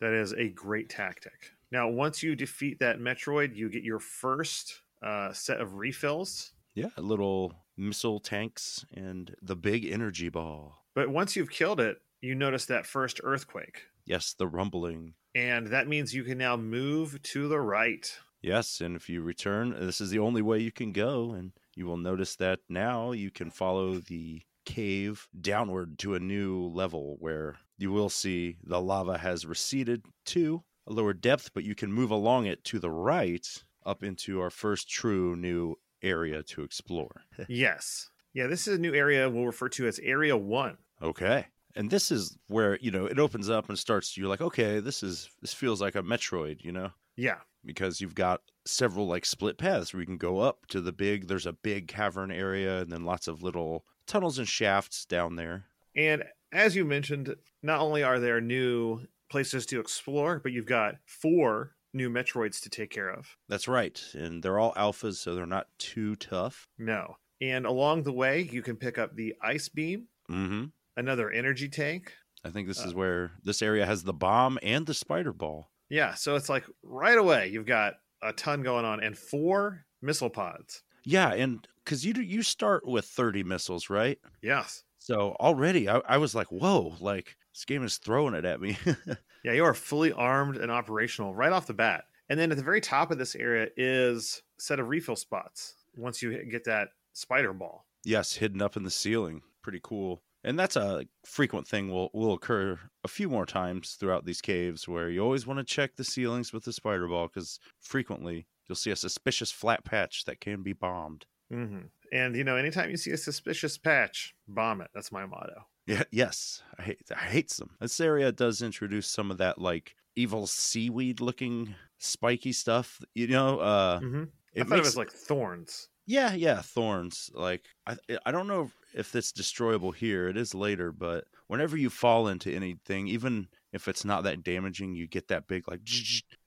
Speaker 1: That is a great tactic. Now, once you defeat that Metroid, you get your first uh, set of refills.
Speaker 2: yeah, little missile tanks and the big energy ball.
Speaker 1: But once you've killed it, you notice that first earthquake.
Speaker 2: Yes, the rumbling.
Speaker 1: And that means you can now move to the right.
Speaker 2: Yes, and if you return, this is the only way you can go. And you will notice that now you can follow the cave downward to a new level where you will see the lava has receded to a lower depth, but you can move along it to the right up into our first true new area to explore.
Speaker 1: yes. Yeah, this is a new area we'll refer to as Area 1.
Speaker 2: Okay. And this is where, you know, it opens up and starts you're like, okay, this is this feels like a Metroid, you know?
Speaker 1: Yeah.
Speaker 2: because you've got several like split paths where you can go up to the big there's a big cavern area and then lots of little tunnels and shafts down there
Speaker 1: And as you mentioned, not only are there new places to explore, but you've got four new Metroids to take care of.
Speaker 2: that's right and they're all alphas so they're not too tough
Speaker 1: No. And along the way, you can pick up the Ice Beam,
Speaker 2: mm-hmm
Speaker 1: another energy tank.
Speaker 2: i think this is where this area has the bomb and the spider ball
Speaker 1: Yeah. So it's like right away, you've got a ton going on and four missile pods.
Speaker 2: yeah and because you do, you start with 30 missiles right
Speaker 1: Yes.
Speaker 2: so already I, I was like whoa like this game is throwing it at me
Speaker 1: Yeah, you are fully armed and operational right off the bat. And then at the very top of this area is a set of refill spots once you get that spider ball.
Speaker 2: Yes, hidden up in the ceiling. Pretty cool. And that's a frequent thing will will occur a few more times throughout these caves where you always want to check the ceilings with the spider ball because frequently you'll see a suspicious flat patch that can be bombed.
Speaker 1: hmm And, you know, anytime you see a suspicious patch, bomb it. That's my motto.
Speaker 2: Yeah, yes, I hate I hate them. This area does introduce some of that like evil seaweed looking spiky stuff. You know, uh,
Speaker 1: hmm I
Speaker 2: it
Speaker 1: thought it
Speaker 2: makes
Speaker 1: was like thorns.
Speaker 2: Yeah, yeah, thorns. Like I, I don't know if it's destroyable here. It is later, but whenever you fall into anything, even if it's not that damaging, you get that big like,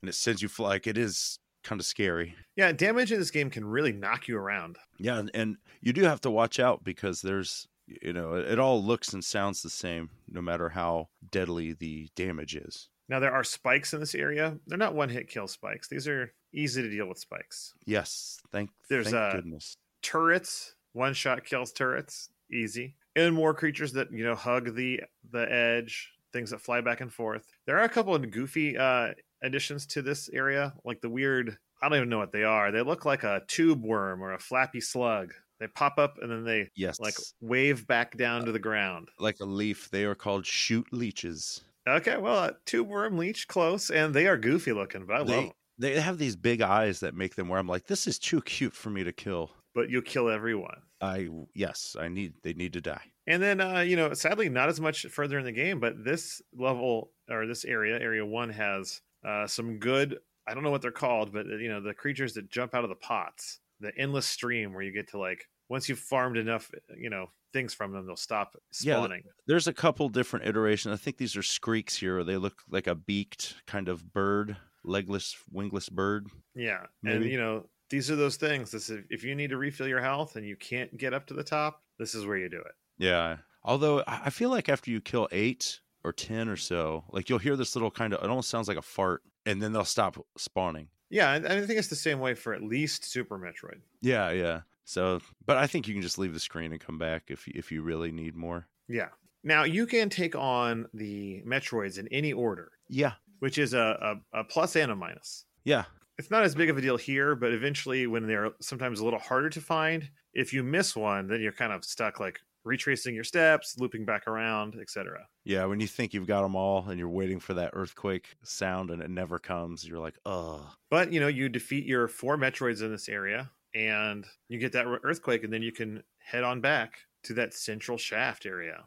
Speaker 2: and it sends you fly. Like it is kind of scary.
Speaker 1: Yeah, damage in this game can really knock you around.
Speaker 2: Yeah, and, and you do have to watch out because there's you know it, it all looks and sounds the same no matter how deadly the damage is.
Speaker 1: Now there are spikes in this area. They're not one hit kill spikes. These are easy to deal with spikes.
Speaker 2: Yes, thank
Speaker 1: There's,
Speaker 2: thank
Speaker 1: uh,
Speaker 2: goodness.
Speaker 1: Turrets, one shot kills turrets, easy. And more creatures that, you know, hug the the edge, things that fly back and forth. There are a couple of goofy uh additions to this area, like the weird I don't even know what they are. They look like a tube worm or a flappy slug. They pop up and then they
Speaker 2: Yes,
Speaker 1: like wave back down to the ground.
Speaker 2: like a leaf. They are called shoot leeches.
Speaker 1: Okay, well, uh, tube worm leech close, and they are goofy looking, but I love
Speaker 2: They-
Speaker 1: 'em.
Speaker 2: They have these big eyes that make them where I'm like, this is too cute for me to kill.
Speaker 1: But you kill everyone.
Speaker 2: I yes, I need they need to die.
Speaker 1: And then, uh, you know, sadly, not as much further in the game, but this level or this area, area one, has uh, some good, I don't know what they're called, but, uh, you know, the creatures that jump out of the pots, the endless stream where you get to, like, once you've farmed enough, uh, you know, things from them, they'll stop
Speaker 2: Yeah,
Speaker 1: spawning.
Speaker 2: There's a couple different iterations. I think these are screeks here. They look like a beaked kind of bird, legless, wingless bird.
Speaker 1: Yeah, and
Speaker 2: Maybe.
Speaker 1: you know these are those things. This is, if you need to refill your health and you can't get up to the top, this is where you do it.
Speaker 2: Yeah. Although I I feel like after you kill eight or ten or so, like you'll hear this little kind of it almost sounds like a fart, and then they'll stop spawning.
Speaker 1: Yeah, and and I think it's the same way for at least Super Metroid.
Speaker 2: Yeah, yeah. So, but I think you can just leave the screen and come back if if you really need more.
Speaker 1: Yeah. Now you can take on the Metroids in any order,
Speaker 2: Yeah,
Speaker 1: which is a, a, a plus and a minus.
Speaker 2: yeah.
Speaker 1: It's not as big of a deal here, but eventually, when they're sometimes a little harder to find, if you miss one, then you're kind of stuck, like retracing your steps, looping back around, etc.
Speaker 2: Yeah, when you think you've got them all and you're waiting for that earthquake sound and it never comes, you're like, ugh.
Speaker 1: But you know, you defeat your four Metroids in this area, and you get that earthquake, and then you can head on back to that central shaft area.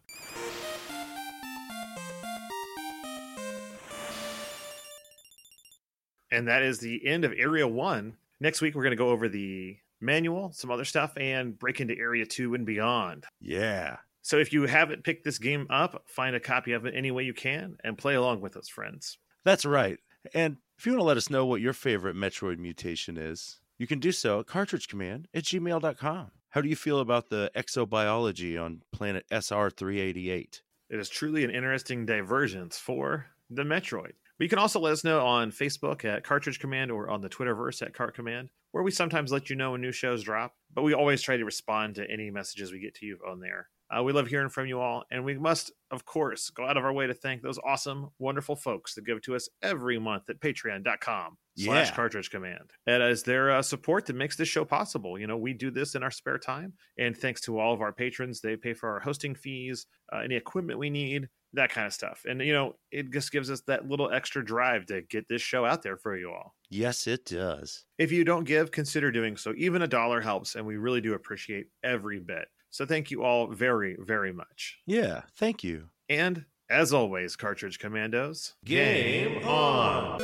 Speaker 1: And that is the end of Area One. Next week, we're going to go over the manual, some other stuff, and break into Area Two and beyond.
Speaker 2: Yeah.
Speaker 1: So if you haven't picked this game up, find a copy of it any way you can and play along with us, friends.
Speaker 2: That's right. And if you want to let us know what your favorite Metroid mutation is, you can do so at cartridgecommand at gmail.com. How do you feel about the exobiology on planet SR 388?
Speaker 1: It is truly an interesting divergence for the Metroid. But you can also let us know on Facebook at Cartridge Command or on the Twitterverse at Cart Command, where we sometimes let you know when new shows drop. But we always try to respond to any messages we get to you on there. Uh, we love hearing from you all, and we must, of course, go out of our way to thank those awesome, wonderful folks that give to us every month at patreon.com slash
Speaker 2: Yeah.
Speaker 1: cartridge command. And it's their uh, support that makes this show possible. You know, we do this in our spare time, and thanks to all of our patrons, they pay for our hosting fees, uh, any equipment we need, that kind of stuff. And, you know, it just gives us that little extra drive to get this show out there for you all.
Speaker 2: Yes, it does.
Speaker 1: If you don't give, consider doing so. Even a dollar helps, and we really do appreciate every bit. So thank you all very, very much.
Speaker 2: Yeah, thank you.
Speaker 1: And as always, Cartridge Commandos.
Speaker 2: Game on!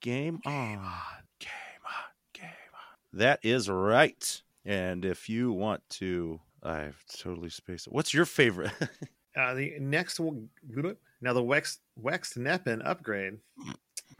Speaker 2: Game on. Game on. Game on. That is right. And if you want to, I've totally spaced it. What's your favorite?
Speaker 1: Uh, the next will now the Wex Wex Neppen upgrade